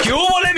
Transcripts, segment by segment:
¿Qué hubo, le,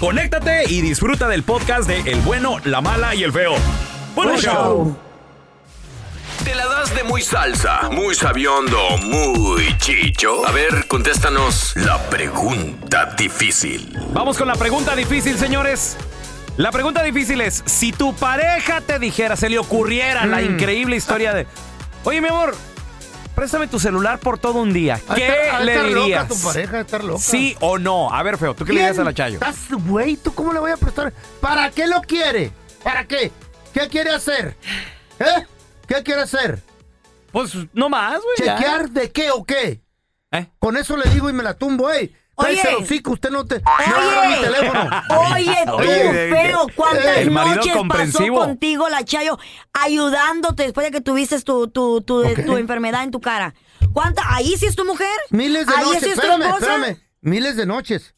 conéctate y disfruta del podcast de El bueno, la mala y el feo. ¡Buen Buen show! show. ¿Te la das de muy salsa, muy sabiondo, muy chicho? A ver, contéstanos la pregunta difícil. Vamos con la pregunta difícil, señores. La pregunta difícil es, si tu pareja te dijera, se le ocurriera la increíble historia de, oye mi amor, préstame tu celular por todo un día, Ha de ¿qué estar- ha de le estar dirías? Loca, tu pareja ha de estar loca. ¿Sí o no? A ver, feo, ¿tú qué le dirías a la Chayo? Estás, güey, ¿tú cómo le voy a prestar? ¿Para qué lo quiere? ¿Para qué? ¿Qué quiere hacer? ¿Eh? ¿Qué quiere hacer? Pues no más, güey. ya. ¿Chequear de qué o qué? ¿Eh? Con eso le digo y me la tumbo, ey. Oye. Cállese el hocico, usted no te. No agarra mi teléfono. Oye, tú, Oye, feo, ¿cuántas el marido noches pasó comprensivo. contigo la Chayo ayudándote después de que tuviste tu, tu, tu, tu enfermedad en tu cara? ¿Cuánta? ¿Ahí sí es tu mujer? Miles de ¿Ahí noches. sí es tu espérame, esposa? espérame. Miles de noches.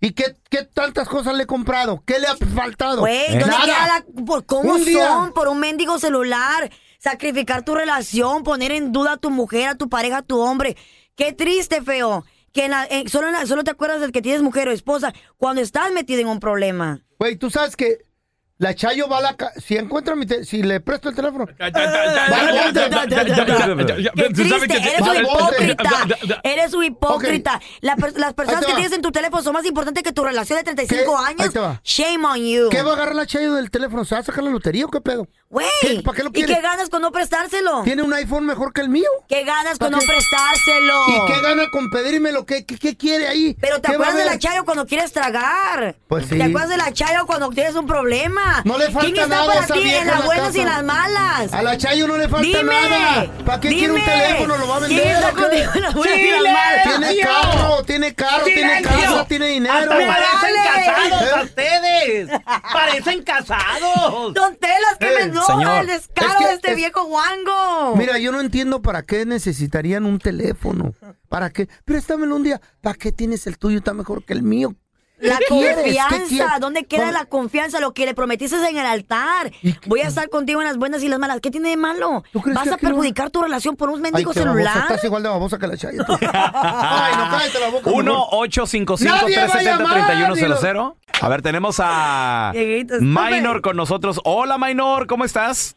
¿Y qué, qué tantas cosas le he comprado? ¿Qué le ha faltado? Güey, ¿dónde Nada. queda la- por cómo Un día. son? Por un mendigo celular, sacrificar tu relación, poner en duda a tu mujer, a tu pareja, a tu hombre. Qué triste, feo. Que en la- en- solo, en la- solo te acuerdas del que tienes mujer o esposa cuando estás metido en un problema. Güey, tú sabes que la Chayo va a la. ca- Si encuentra mi. te- Si le presto el teléfono. Qué triste, eres un Vale, hipócrita. Eres un hipócrita. Ok. La per- las Ahí personas te que va. tienes en tu teléfono son más importantes que tu relación de ¿Qué? 35 Ahí años. te va. Shame on you. ¿Qué va a agarrar la Chayo del teléfono? ¿Se va a sacar la lotería o qué pedo? Güey, ¿Qué? ¿Para qué lo ¿y quiere? qué ganas con no prestárselo? ¿Tiene un iPhone mejor que el mío? ¿Qué ganas ¿Para con no qué? prestárselo? ¿Y qué gana con pedírmelo? ¿Qué, qué, qué quiere ahí? Pero te ¿Qué va a acuerdas de ver? la Chayo cuando quieres tragar. Pues sí. Te acuerdas de la Chayo cuando tienes un problema. No le falta ¿Quién está nada a para esa ti vieja en en las la buenas y en casa? las malas? A la Chayo no le falta dime. nada. ¿Para qué quiere un dime, teléfono? ¿Lo va a vender? ¿Quién está ¿O qué? contigo en las buenas y en las Dile. malas? Tiene ¡Silencio! carro, tiene carro, tiene ¡Silencio! casa, tiene dinero. Hasta ¡Me parecen vale! casados a ¿Eh? ustedes. Parecen casados. Don Telas, que Eh, me no, señor. el descaro Es que- de este es- viejo guango. Mira, yo no entiendo para qué necesitarían un teléfono. ¿Para qué? Préstamelo un día. ¿Para qué tienes el tuyo? Está mejor que el mío. ¿Qué la quieres? ¿Qué confianza, quieres? ¿dónde queda Con- la confianza? Lo que le prometiste en el altar. Voy a estar contigo en las buenas y las malas. ¿Qué tiene de malo? ¿Tú crees ¿Vas que a aquí no- perjudicar tu relación por un Ay, mendigo qué babosa, celular? Estás igual de babosa que la Chayo. tú. Ay, no, cállate la boca. mejor. 1-855-370-3100. A ver, tenemos a Dieguito, estúpido. Minor con nosotros. Hola, Minor, ¿cómo estás?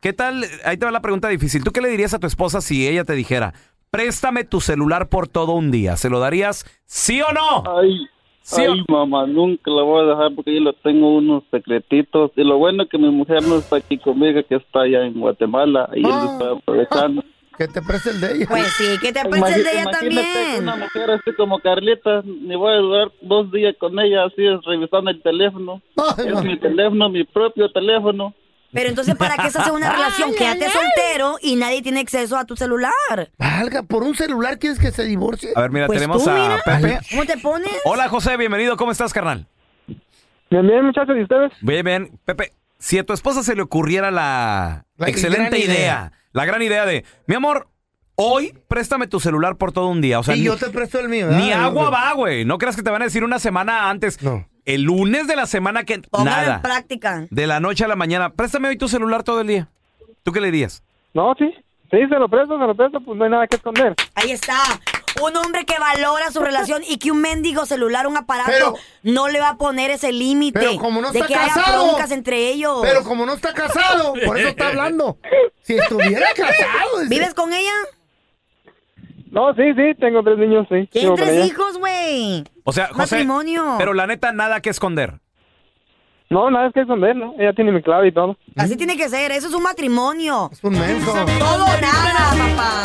¿Qué tal? Ahí te va la pregunta difícil. ¿Tú qué le dirías a tu esposa si ella te dijera, préstame tu celular por todo un día? ¿Se lo darías sí o no? Ay, Sí, ay, mamá, nunca la voy a dejar porque yo le tengo unos secretitos. Y lo bueno que mi mujer no está aquí conmigo, que está allá en Guatemala. Y él está aprovechando. Que te preste el de ella. Oh. Pues sí, que te preste el de ella Imagínate una mujer así como Carlita, ni voy a durar dos días con ella así es, revisando el teléfono. es mi teléfono, mi propio teléfono. Oh, Ah, Pero entonces, ¿para qué se hace una relación? Quédate soltero y nadie tiene acceso a tu celular. Valga, ¿por un celular quieres que se divorcie? A ver, mira, tenemos a Pepe. ¿Cómo te pones? Hola, José, bienvenido. ¿Cómo estás, carnal? Bien, bien, muchachos, ¿y ustedes? Bien, bien. Pepe, si a tu esposa se le ocurriera la, La excelente gran idea, idea. la gran idea de, mi amor, hoy préstame tu celular por todo un día. O sea, y ni, yo te presto el mío. ¿eh? ni ¿verdad? agua va, güey. No creas que te van a decir una semana antes. No. El lunes de la semana que... Póngalo en nada. práctica. De la noche a la mañana. Préstame hoy tu celular todo el día. ¿Tú qué le dirías? No, sí. Sí, se lo presto, se lo presto, pues no hay nada que esconder. Ahí está. Un hombre que valora su relación y que un mendigo celular, un aparato, no le va a poner ese límite. Pero como no de está que haya casado. broncas entre ellos. Pero como no está casado, por eso está hablando. Si estuviera casado. dice. ¿Vives con ella? No, sí, sí, tengo tres niños, sí. ¿Qué Vivo con ella. tres hijos, güey? O sea, José, Matrimonio. pero la neta, nada que esconder. No, nada es que esconder, ¿no? Ella tiene mi clave y todo. Así tiene que ser. Eso es un matrimonio. Es un menso. Todo o nada, papá.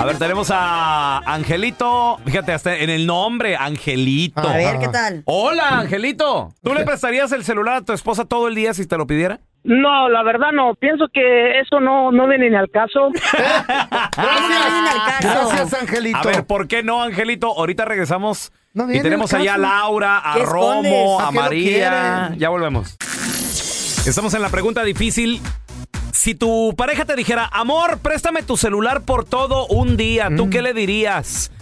A ver, tenemos a Angelito. Fíjate, hasta en el nombre, Angelito. A ver, ¿qué tal? Hola, Angelito. ¿Tú le prestarías el celular a tu esposa todo el día si te lo pidiera? No, la verdad no. Pienso que eso no, no viene ni al caso. Ah, Gracias, Angelito. A ver, ¿por qué no, Angelito? Ahorita regresamos y viene tenemos el allá a caso. Laura, a ¿Qué Romo, escondes? a ¿A qué lo María. quieren? Ya volvemos. Estamos en la pregunta difícil. Si tu pareja te dijera, amor, préstame tu celular por todo un día, Mm. ¿tú qué le dirías?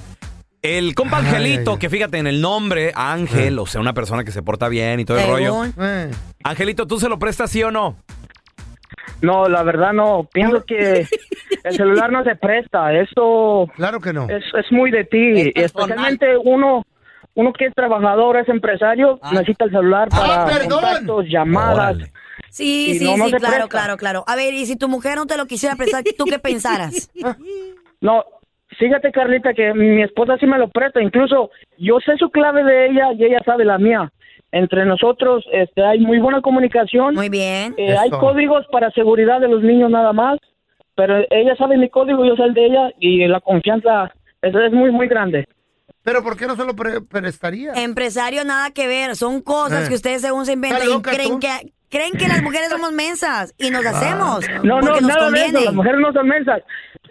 El compa Angelito, que fíjate en el nombre, Ah. Ángel, o sea, una persona que se porta bien y todo el rollo. Eh. Angelito, ¿tú se lo prestas sí o no? No, la verdad no. Pienso que el celular no se presta. Eso. Claro que no. Es, es muy de ti. Especialmente uno. Uno que es trabajador, es empresario, Ah. necesita el celular Ah, para contactos, llamadas. Sí, Y sí, no, no sí, se claro, presta. claro, claro. A ver, y si tu mujer no te lo quisiera prestar, ¿tú qué pensaras? No, fíjate Carlita que mi esposa sí me lo presta, incluso yo sé su clave de ella y ella sabe la mía. Entre nosotros este, hay muy buena comunicación. Muy bien. hay Eso. códigos para seguridad de los niños nada más, pero ella sabe mi código, yo sé el de ella y la confianza es, es muy, muy grande. Pero ¿por qué no se lo pre- prestaría? Empresario, nada que ver. Son cosas Eh. que ustedes según se inventan ¿Estás y loca creen tú? Ah. que, creen que las mujeres somos mensas y nos hacemos. No, no, porque nos nada de conviene. eso, las mujeres no son mensas.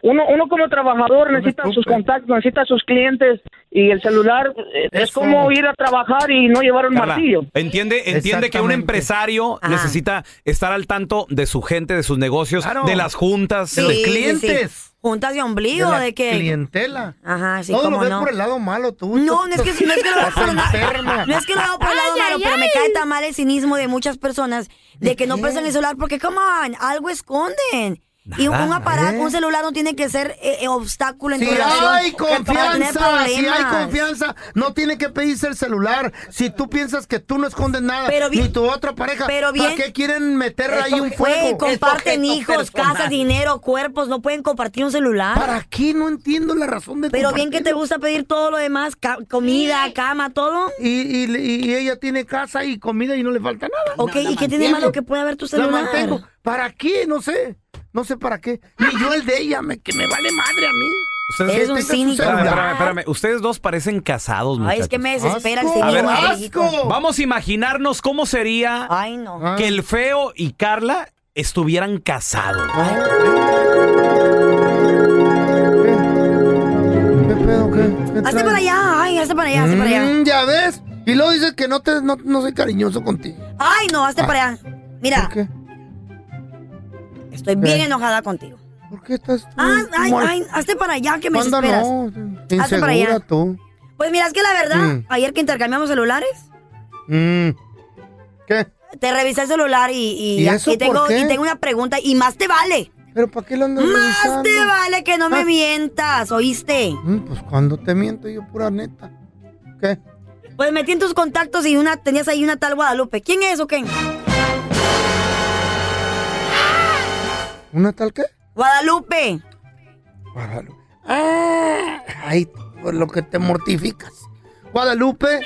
Uno, uno como trabajador necesita sus contactos, necesita sus clientes y el celular eh, es Eso. como ir a trabajar y no llevar un Carla, martillo. Entiende, entiende que un Exactamente. empresario Ah. Ajá. necesita estar al tanto de su gente, de sus negocios, Claro. de las juntas, Sí, de los sí, clientes. sí. Juntas de ombligo, De de, la que. clientela. Ajá, sí, Todo lo cómo ves no. por el lado malo tú. No, no es que, no es que lo veo por el Enferma. lado, no es que lo veo por el lado Ay, malo, ay, pero me ay. cae tan mal el cinismo de muchas personas de que no qué? prestan el celular porque, come on, algo esconden. Y un, Nada. un aparato, ¿Eh? un celular no tiene que ser eh, eh, obstáculo en Si tu relación. hay que para tener confianza, si hay problemas. confianza, no tiene que pedirse el celular. Si tú piensas que tú no escondes nada, Pero bien- ni tu otra pareja, pero bien- ¿para qué quieren meter ahí un Güey, fuego? comparten hijos, casas, dinero, cuerpos, no pueden compartir un celular. ¿Para qué? No entiendo la razón de Pero bien que te gusta pedir todo lo demás, ca- comida, cama, todo. Y, y- y ella tiene casa y comida y no le falta nada. Ok, ¿y qué tiene de malo que pueda haber tu La celular? mantengo. ¿Para qué? No sé. No sé para qué. Ni yo el de ella, me- que me vale madre a mí. Que tenga su Espérame, celular. espérame, espérame. Ustedes dos parecen casados, muchachos. Ay, es que me desespera el Asco. A ver, cinismo. del asco. viejito. Vamos a imaginarnos cómo sería Ay, Ah. no. que el feo y Carla estuvieran casados. Hazte para allá, ay, hazte para allá, hazte para allá. Mm, ya ves. Y luego dices que no, te, no, no soy cariñoso contigo. Ay, no, hazte Ah. para allá. Mira. Estoy bien Eh. enojada contigo. ¿Por qué estás Ah, ay, como- ay, hazte para allá que me ¿Cuándo desesperas. no? Hazte para Insegura allá. tú. Pues mira, es que la verdad, Mm. ayer que intercambiamos celulares, Mm. ¿Qué? te revisé el celular y, y, ¿Y aquí eso por tengo, qué? y tengo una pregunta y más te vale. ¿Pero para qué lo andas Más revisando? Ah. te vale que no me mientas, ¿oíste? Pues cuando te miento yo, pura neta. ¿Qué? Pues metí en tus contactos y una tenías ahí una tal Guadalupe. ¿Quién es o qué? ¿Una tal qué? Guadalupe. Guadalupe. Ah, ay, por lo que te mortificas. Guadalupe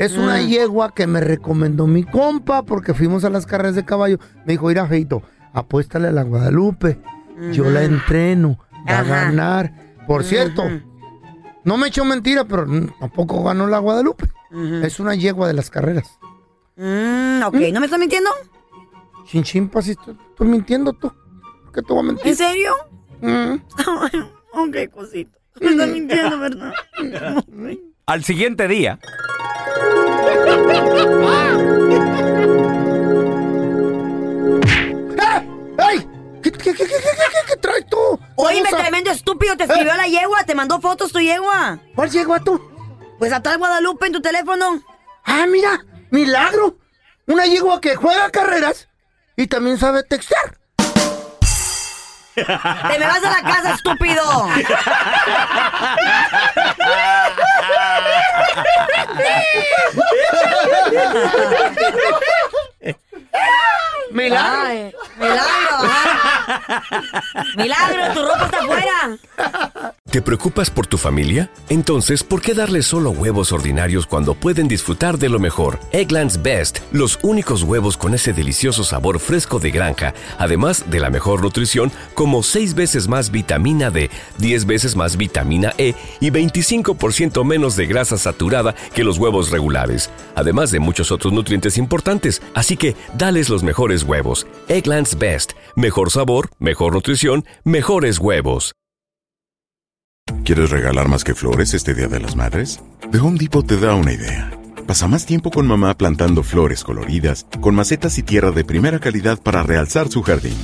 es una yegua que me recomendó mi compa porque fuimos a las carreras de caballo. Me dijo, mira, Feito, apuéstale a la Guadalupe. yo la entreno, va a ganar. Por cierto, no me echó mentira, pero tampoco ganó la Guadalupe. Es una yegua de las carreras. Mm, ok, ¿no me estás mintiendo? Chinchimpa, pues, si estoy, estoy mintiendo tú. ¿Por qué te voy a mentir? ¿En serio? ok, cosito. Me estás mintiendo, ¿verdad? Al siguiente día. ¡Ey! ¿Qué, qué, qué, qué, qué, qué, qué traes tú? Oíme, Vamos a- tremendo estúpido, te escribió Eh. la yegua, te mandó fotos tu yegua. ¿Cuál yegua tú? Pues atrás Guadalupe en tu teléfono. ¡Ah, mira! ¡Milagro! Una yegua que juega carreras y también sabe textear. Te me vas a la casa, estúpido. Milagro. Ay, milagro, ajá. Milagro, tu ropa está afuera. ¿Te preocupas por tu familia? Entonces, ¿por qué darles solo huevos ordinarios cuando pueden disfrutar de lo mejor? Eggland's Best, los únicos huevos con ese delicioso sabor fresco de granja, además de la mejor nutrición, como 6 veces más vitamina D, 10 veces más vitamina E y 25% menos de grasa saturada que los huevos regulares, además de muchos otros nutrientes importantes. Así que, dales los mejores huevos. Eggland's Best, mejor sabor, mejor nutrición, mejores huevos. ¿Quieres regalar más que flores este Día de las Madres? The Home Depot te da una idea. Pasa más tiempo con mamá plantando flores coloridas, con macetas y tierra de primera calidad para realzar su jardín.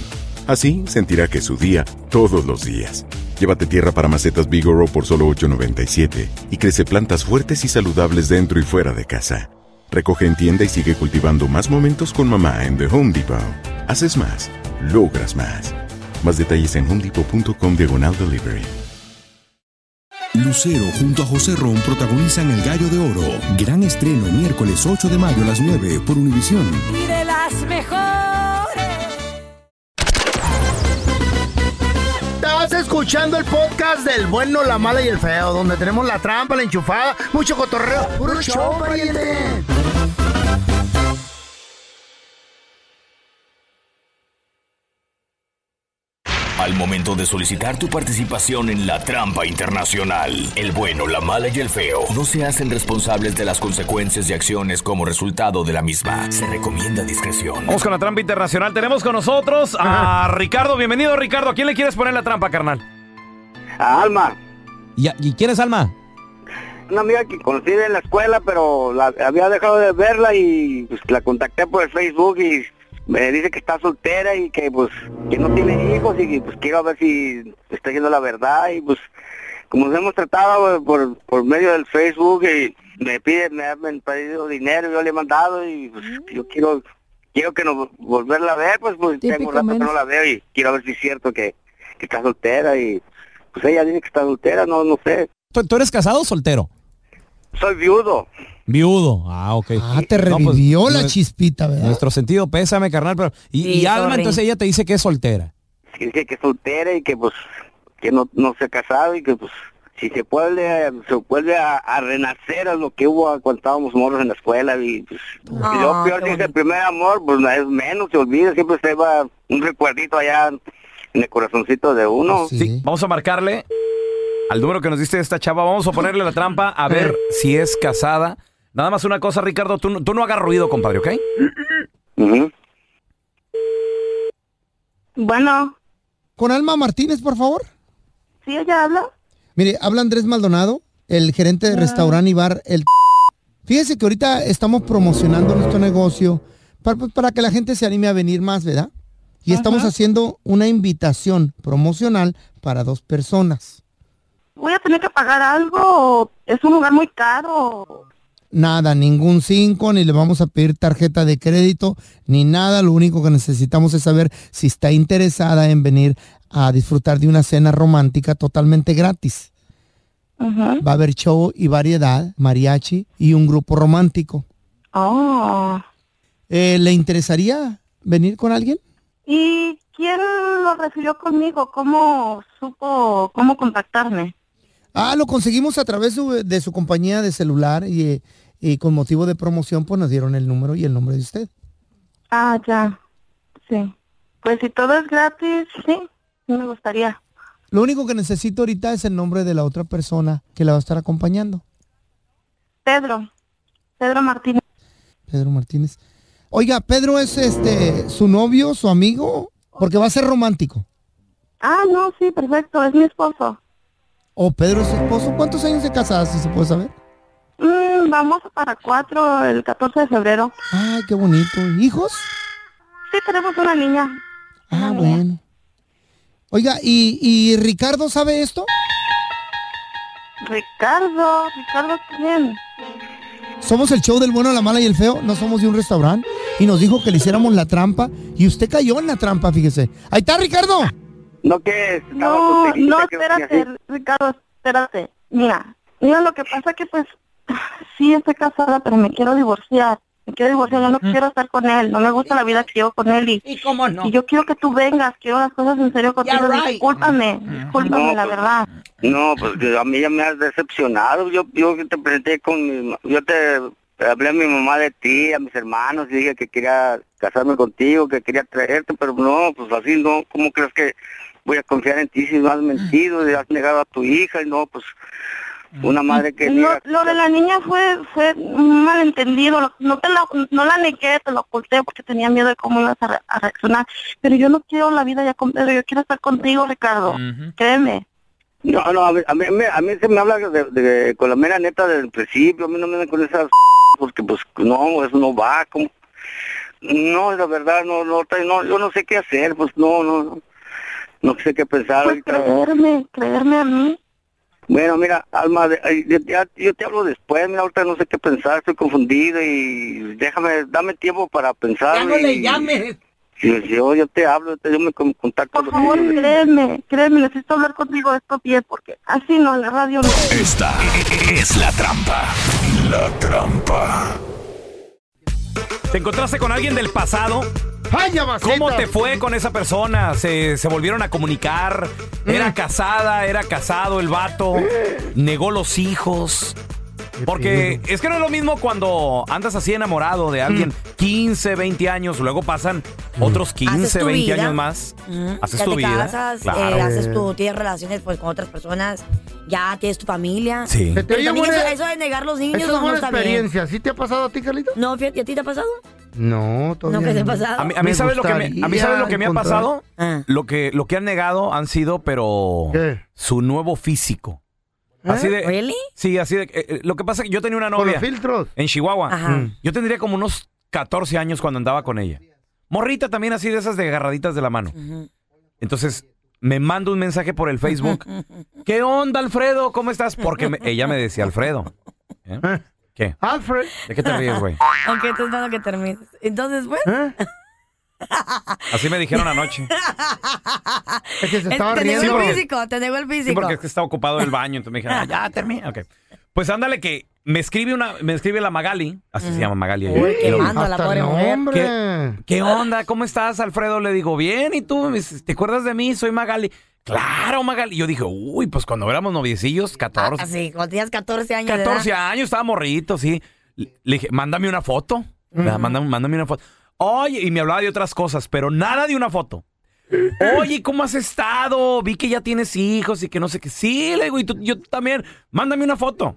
Así sentirá que es su día todos los días. Llévate tierra para macetas Bigoro por solo $8.97 y crece plantas fuertes y saludables dentro y fuera de casa. Recoge en tienda y sigue cultivando más momentos con mamá en The Home Depot. Haces más, logras más. Más detalles en homedepot.com diagonal delivery. Lucero junto a José Ron protagonizan El Gallo de Oro. Gran estreno miércoles 8 de mayo a las 9 por Univisión. Y de las mejores. Estás escuchando el podcast del bueno, la mala y el feo, donde tenemos la trampa, la enchufada, mucho cotorreo. ¡Puro show, pariente! Al momento de solicitar tu participación en la trampa internacional, el bueno, la mala y el feo no se hacen responsables de las consecuencias y acciones como resultado de la misma. Se recomienda discreción. Vamos con la trampa internacional. Tenemos con nosotros a Ricardo. Bienvenido, Ricardo. ¿A quién le quieres poner la trampa, carnal? A Alma, ¿Y, quién es Alma? una amiga que conocí en la escuela, pero la, había dejado de verla y pues, la contacté por el Facebook y me dice que está soltera y que pues que no tiene hijos y pues quiero ver si está diciendo la verdad y pues como nos hemos tratado eh, por, por medio del Facebook y me pide, me han pedido dinero, yo le he mandado y pues yo quiero quiero que nos volverla a ver, pues, pues tengo rato que no la veo y quiero ver si es cierto que, que está soltera y pues ella dice que está soltera, no no sé, ¿Tú, tú eres casado o soltero? soy viudo. Viudo. Ah, ok. Ah, te revivió la chispita, ¿verdad? Nuestro sentido pésame, carnal. Pero, y, Sí, y Alma, sorry. entonces ella te dice que es soltera. que dice que es soltera y que pues que no, no se ha casado y que pues si se puede se vuelve a, a renacer a lo que hubo cuando estábamos morros en la escuela y pues Ah, y lo peor qué que es el primer amor pues es menos se olvida siempre se va un recuerdito allá en el corazoncito de Ah, uno Ah, Sí. Vamos a marcarle al número que nos diste esta chava. Vamos a ponerle la trampa a ver si es casada. Nada más una cosa, Ricardo. Tú, no- tú no hagas ruido, compadre, ¿ok? Bueno. Con Alma Martínez, por favor. ¿Sí ella habla? Ah. Mire, habla Andrés Maldonado, el gerente de restaurante y bar El Fíjese que ahorita estamos promocionando nuestro negocio pa- pa- para, que la gente se anime a venir más, ¿verdad? Y estamos haciendo una invitación promocional para dos personas. ¿Voy a tener que pagar algo? o ¿Es un lugar muy caro? Nada, ningún 5, ni le vamos a pedir tarjeta de crédito, ni nada. Lo único que necesitamos es saber si está interesada en venir a disfrutar de una cena romántica totalmente gratis. Va a haber show y variedad, mariachi y un grupo romántico. Oh. Eh, ¿Le interesaría venir con alguien? ¿Y quién lo refirió conmigo? ¿Cómo supo cómo contactarme? Ah, lo conseguimos a través su- de su compañía de celular y, eh, y con motivo de promoción pues nos dieron el número y el nombre de usted. Ah, ya. Sí. Pues si todo es gratis, sí. me gustaría. Lo único que necesito ahorita es el nombre de la otra persona que la va a estar acompañando. Pedro, Pedro Martínez. Pedro Martínez. Oiga, Pedro es este su novio, su amigo, porque va a ser romántico. Ah, no, sí, perfecto, es mi esposo. O Pedro es su esposo. ¿Cuántos años de casada, si se puede saber? Mm, vamos para cuatro el 14 de febrero. Ay, qué bonito. ¿Hijos? Sí, tenemos una niña. Ah, bueno. Oiga, ¿y, y Ricardo sabe esto? Ricardo, Ricardo también. Somos el show del bueno, la mala y el feo. No somos de un restaurante. Y nos dijo que le hiciéramos la trampa. Y usted cayó en la trampa, fíjese. Ahí está, Ricardo. No, que No, no, espérate, Ricardo, espérate. Mira, mira lo que pasa que pues sí estoy casada, pero me quiero divorciar. Me quiero divorciar, yo no quiero estar con él. No me gusta la vida que llevo con él y, ¿Y cómo no? y yo quiero que tú vengas, quiero las cosas en serio contigo. Yeah, right. Discúlpame, discúlpame, No, la pues, verdad. No, pues yo- a mí ya me has decepcionado. Yo, yo te presenté con mi, ma- yo te hablé a mi mamá de ti, a mis hermanos y dije que quería casarme contigo, que quería traerte, pero no, pues así no. ¿Cómo crees que voy a confiar en ti si no has mentido, y has negado a tu hija y no, pues una madre que No, diga- lo de la niña fue fue un malentendido. lo- No te la, no la negué, te lo oculté porque tenía miedo de cómo ibas a, re- a reaccionar. Pero yo no quiero la vida ya con Pedro, yo quiero estar contigo, Ricardo. Créeme. No, no, a mí, a mí, a mí se me habla de, de- con la mera neta del principio, a mí no me dan con esas porque pues no, eso no va, como no, la verdad, no, no, tra- no, yo no sé qué hacer, pues no, no, no, no sé qué pensar Pues, ahorita. Créeme, créeme a mí. Bueno, mira, Alma, de- ay, de- ya- yo te hablo después, mira, ahorita no sé qué pensar, estoy confundido y déjame, dame tiempo para pensar. Ya no le y- llames. y yo, yo te hablo, te- yo me con- contacto. Por favor, créeme, créeme, necesito hablar contigo de esto bien porque así no, en la radio no. Esta es la trampa. La trampa. ¿Te encontraste con alguien del pasado? ¿Cómo te fue con esa persona? ¿Se, se volvieron a comunicar? ¿Era casada? ¿Era casado el vato? ¿Negó los hijos? Porque es que no es lo mismo cuando andas así enamorado de alguien 15, 20 años, luego pasan otros 15, tu 20 vida. años más. Ujú. Haces ya tu te vida. casas, eh, Claro. haces tu, tienes relaciones pues con otras personas, ya tienes tu familia. Sí. Pero Te oye también buena- eso, eso de negar los niños Esa es no, no buena está bien. experiencia. ¿Sí te ha pasado a ti, Carlita? No, fíjate, ¿a ti te ha pasado? No, todavía No, ¿qué te ha no. pasado? Ah. A mí, a mí Me ¿sabes lo que me, a mí gustaría ¿sabes lo que me ha encontrar- pasado? Lo que lo que han negado han sido, pero su nuevo físico. Así de, Sí, así de. eh, eh, lo que pasa es que yo tenía una ¿Eh? Con novia. los filtros. En Chihuahua. Ajá. Mm. Yo tendría como unos 14 años cuando andaba con ella. Morrita también así de esas de agarraditas de la mano. Entonces, me manda un mensaje por el Facebook. ¿Qué onda, Alfredo? ¿Cómo estás? Porque me- ella me decía, Alfredo. ¿Eh? ¿Qué? Alfred. ¿De qué te ríes, güey? ok, tú esperando que termines. Entonces, pues. ¿Eh? Así me dijeron anoche. Es que se Es- estaba te negó riendo. el físico, te negó el Sí, físico. porque es que está ocupado el baño. Entonces me dijeron, "Ah, ya termina. Ok. Pues ándale que me escribe una, me escribe la Magali. Así se llama Magali. Mm. Uy, Y luego- quemando a la Hasta pobre el mujer. nombre. ¿Qué, qué onda? ¿Cómo estás, Alfredo? Le digo, bien. ¿Y tú? Me dice, ¿Te acuerdas de mí? Soy Magali. Claro, Magali. Yo dije, uy, pues cuando éramos noviecillos, 14. Así, Ah, cuando tenías 14 años. de edad. 14 años, estaba morrito, sí. Le le dije, mándame una foto. ¿verdad? Mándame, mándame una foto. Oye, y me hablaba de otras cosas, pero nada de una foto. Oye, ¿cómo has estado? Vi que ya tienes hijos y que no sé qué. Sí, le digo, y tú, yo también. Mándame una foto.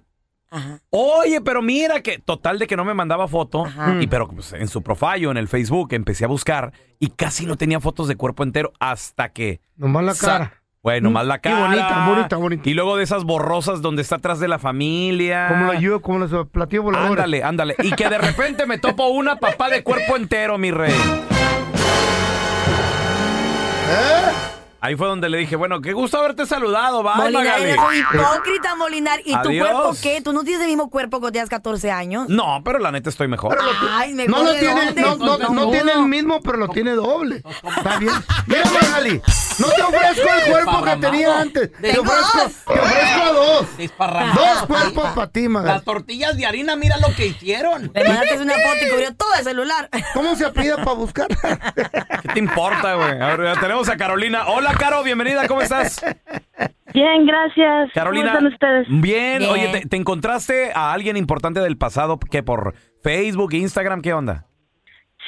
Oye, pero mira que total de que no me mandaba foto. Y pero pues, en su profile, en el Facebook, empecé a buscar y casi no tenía fotos de cuerpo entero hasta que. Nomás la sa- cara. Bueno, más Mm, la qué cara. bonita, bonita, Y luego de esas borrosas donde está atrás de la familia. Como lo ayudo, como los platillos voladores. Ándale, ándale. Y que de repente me topo una papá de cuerpo entero, mi rey. ¿Eh? Ahí fue donde le dije, bueno, qué gusto haberte saludado, va, Molinar, Magali. eres un hipócrita, Molinar. ¿Y tu Adiós. cuerpo qué? ¿Tú no tienes el mismo cuerpo cuando tenías 14 años? No, pero la neta estoy mejor. Ay, me No lo tiene, no, no, no tiene el mismo, pero lo tiene doble. Está bien. Mira, Magali, no te ofrezco el cuerpo que Desparramado. tenía antes. Te Tengo ofrezco, dos. te ofrezco dos. Desparramado. Dos cuerpos para ti, Las Magali. tortillas de harina, mira lo que hicieron. Le mandaste una foto y cubrió todo el celular. ¿Cómo se apida para buscar? ¿Qué te importa, güey? A ver, tenemos a Carolina. Hola, Caro, bienvenida, ¿cómo estás? Bien, gracias. Carolina. ¿Cómo están ustedes? Bien, oye, ¿te, te encontraste a alguien importante del pasado que por Facebook, Instagram, qué onda?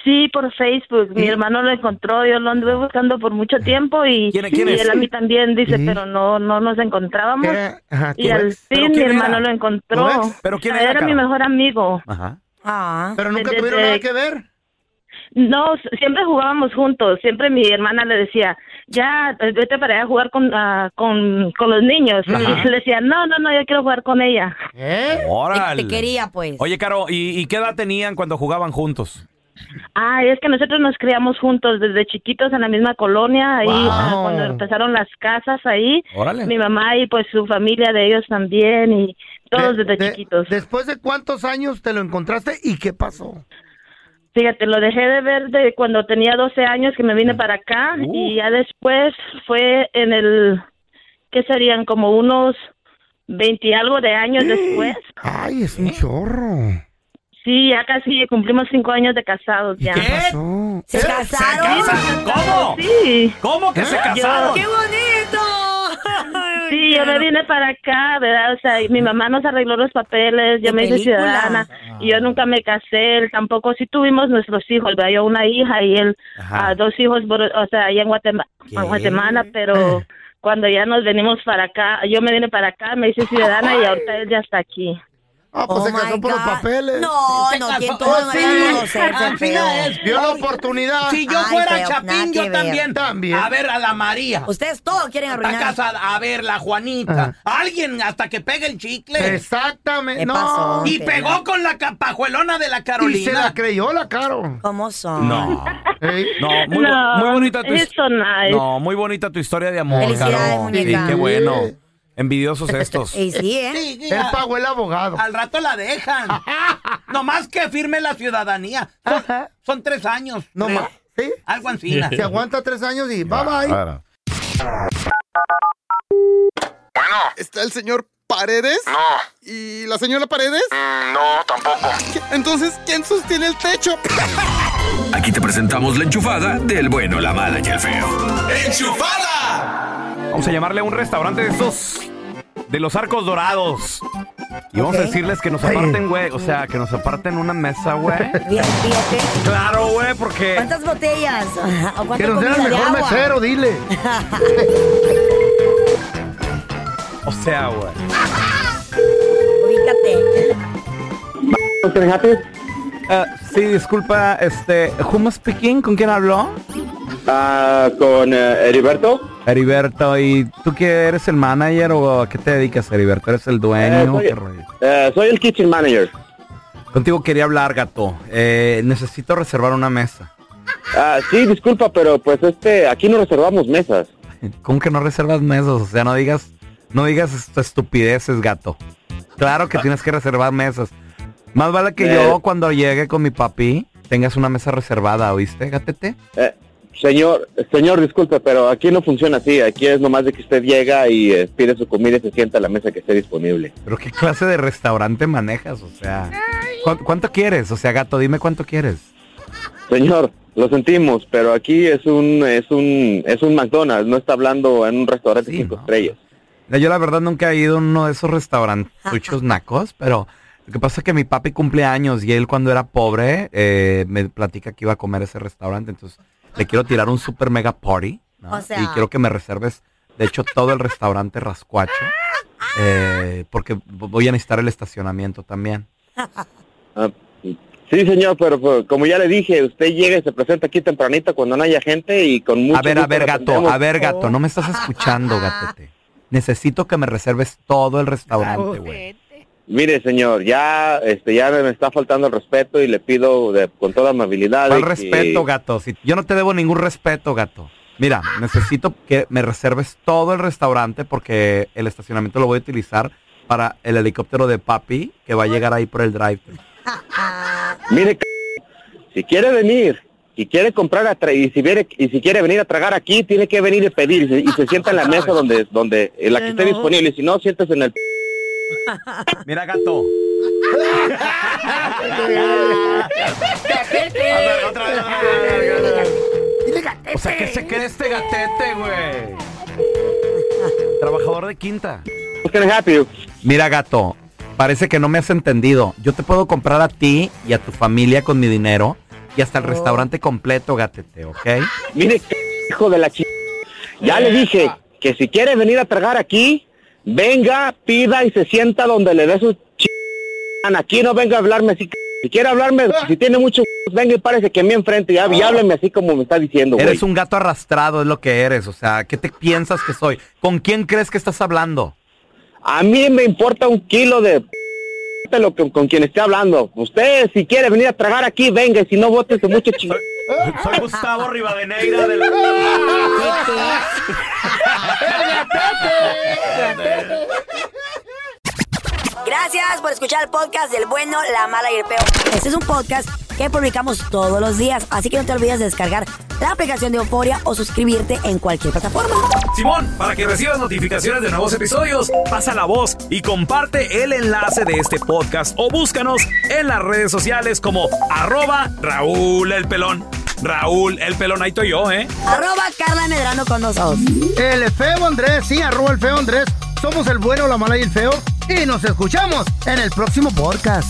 Sí, por Facebook. Mi hermano lo encontró, yo lo anduve buscando por mucho tiempo y, quién y es? él a mí también dice, Ujú. pero no no nos encontrábamos. Era- ajá, y ¿tú al ves? ¿Pero fin mi quién hermano era? lo encontró. Ah, ¿Tú ves? ¿Pero quién era, mi Caro? mejor amigo. Ajá. Pero nunca tuvieron nada que ver. No, s- siempre jugábamos juntos. Siempre mi hermana le decía, ya, eh, vete para allá a jugar con, ah, con, con los niños. Ajá. Y le decía, no, no, no, yo quiero jugar con ella. Órale. Te quería, pues. Oye, Caro, ¿y, y qué edad tenían cuando jugaban juntos? Ah, es que nosotros nos criamos juntos desde chiquitos en la misma colonia. Ahí, Wow. ah, cuando empezaron las casas ahí, Órale. mi mamá y pues su familia de ellos también y todos De- desde de- chiquitos. ¿Después de cuántos años te lo encontraste y qué pasó? Fíjate, lo dejé de ver de cuando tenía 12 años que me Ah. vine para acá Uh. y ya después fue en el, ¿qué serían? Como unos 20 y algo de años después. Ay, es un chorro. Sí, ya casi cumplimos cinco años de casados ya. ¿Se casaron? ¿Eh? ¿Cómo? Sí. ¿Cómo que se casaron? Ah, ¡Qué bonito! Sí, yo me vine para acá, ¿verdad? O sea, y mi mamá nos arregló los papeles, yo De me hice película. ciudadana, y yo nunca me casé, él tampoco, sí tuvimos nuestros hijos, ¿verdad? Yo una hija y él ah, dos hijos, por- o sea, allá en Guatemala, en Guatemala pero cuando ya nos venimos para acá, yo me vine para acá, me hice ciudadana y ahorita él ya está aquí. Ah, pues se casó por los papeles. Oh No, Se no, casó. quien todo Oh, sí. debe conocer, Al qué final feo. es- Vio la oportunidad. Si yo Ay, fuera feo, nada Chapín, que yo ver. también. También. A ver, a la María. Ustedes todos quieren arruinar. Está casada. A ver, la Juanita. Alguien hasta que pegue el chicle. Ah. Exactamente. ¿Qué no. pasó, y Tela? pegó con la capajuelona de la Carolina. Y se la creyó la Caro. ¿Cómo son? No. No, muy, bo- No, muy bonita tu it's his- so nice. No, muy bonita tu historia de amor, Felicidades, Caro. Sí, muñeca. qué bueno. Envidiosos estos. Y sí, ¿eh? Él pagó el abogado. Al rato la dejan. Nomás que firme la ciudadanía. Ah. Son, son tres años. No más. Algo así. Se aguanta tres años y bye bye. Bueno. ¿Está el señor Paredes? No. ¿Y la señora Paredes? no, tampoco. Entonces, ¿quién sostiene el techo? Aquí te presentamos la enchufada del bueno, la mala y el feo. Vamos a llamarle a un restaurante de estos de los arcos dorados. Y vamos a Ok. decirles que nos aparten, güey. O sea, que nos aparten una mesa, güey. Bien, fíjate. Claro, güey, porque. ¿Cuántas botellas? ¿O cuánta Que nos den comida de al mejor agua? mesero, dile. O sea, güey. Ah, sí, disculpa, este, ¿Humo speaking? ¿Con quién habló? Ah, con eh, Heriberto. Heriberto, ¿y tú que eres el manager o a qué te dedicas, Heriberto? ¿Eres el Eh, dueño? soy- ¿Qué rollo? Eh, soy el kitchen manager. Contigo quería hablar, gato. Eh, necesito reservar una mesa. Ah, sí, disculpa, pero pues este, aquí no reservamos mesas. ¿Cómo que no reservas mesas? O sea, no digas, no digas est- estupideces, gato. Claro que tienes que reservar mesas. Más vale que Ah. Eh. yo cuando llegue con mi papi tengas una mesa reservada, ¿oíste, gatete? Eh, señor, señor, disculpe, pero aquí no funciona así. Aquí es nomás de que usted llega y eh, pide su comida y se sienta a la mesa que esté disponible. Pero qué clase de restaurante manejas, o sea. ¿cu- ¿Cuánto quieres? O sea, gato, dime cuánto quieres. Señor, lo sentimos, pero aquí es un, es un, es un McDonald's. No está hablando en un restaurante cinco estrellas. Mira, Yo la verdad nunca he ido a uno de esos restaurantuchos nacos, pero lo que pasa es que mi papi cumple años y él cuando era pobre eh, me platica que iba a comer a ese restaurante, entonces le quiero tirar un super mega party ¿no? O sea- y quiero que me reserves, de hecho, todo el restaurante rascuacho, eh, porque voy a necesitar el estacionamiento también. Ah, sí, señor, pero pues, como ya le dije, usted llega y se presenta aquí tempranito cuando no haya gente y con mucho A ver, a gusto ver, le gato, atendemos. a ver, gato, no me estás escuchando, gatete. Necesito que me reserves todo el restaurante, güey. Mire, señor, ya este ya me está faltando el respeto y le pido de- con toda amabilidad. ¿Cuál de que- respeto, gato? Si- yo no te debo ningún respeto, gato. Mira, necesito que me reserves todo el restaurante porque el estacionamiento lo voy a utilizar para el helicóptero de papi que va a llegar ahí por el drive. Mire, c- si quiere venir, si quiere comprar a tra- y si viene y si quiere venir a tragar aquí, tiene que venir y pedir y se, y se sienta en la mesa donde donde en la que esté No. disponible. Si no, siéntese en el. Mira, gato. O sea, ¿qué se cree este gatete, güey? Trabajador de quinta. Mira, gato, parece que no me has entendido. Yo te puedo comprar a ti y a tu familia con mi dinero y hasta el restaurante completo, gatete, ¿ok? Mire, hijo de la chica. Ya le dije que si quiere venir a tragar aquí, venga, pida y se sienta donde le dé su ch... Aquí no venga a hablarme así. c- Si quiere hablarme, Ah. si tiene mucho, venga y párese que a mí enfrente y, hab- y hábleme así como me está diciendo, güey. Eres un gato arrastrado, es lo que eres. O sea, ¿qué te piensas que soy? ¿Con quién crees que estás hablando? A mí me importa un kilo de p- de lo que- con quien esté hablando. Usted, si quiere venir a tragar aquí, venga, y si no, bótese mucho chingón. Soy Gustavo Rivadeneira del... Gracias por escuchar el podcast del bueno, la mala y el peor. Este es un podcast que publicamos todos los días, así que no te olvides de descargar la aplicación de Euforia o suscribirte en cualquier plataforma. Simón, para que recibas notificaciones de nuevos episodios, pasa la voz y comparte el enlace de este podcast o búscanos en las redes sociales como arroba Raúl el Pelón. Raúl el Pelón, ahí estoy yo, ¿eh? Arroba Carla Medrano con nosotros. El feo Andrés, sí, arroba el feo Andrés. Somos el bueno, la mala y el feo. Y nos escuchamos en el próximo podcast.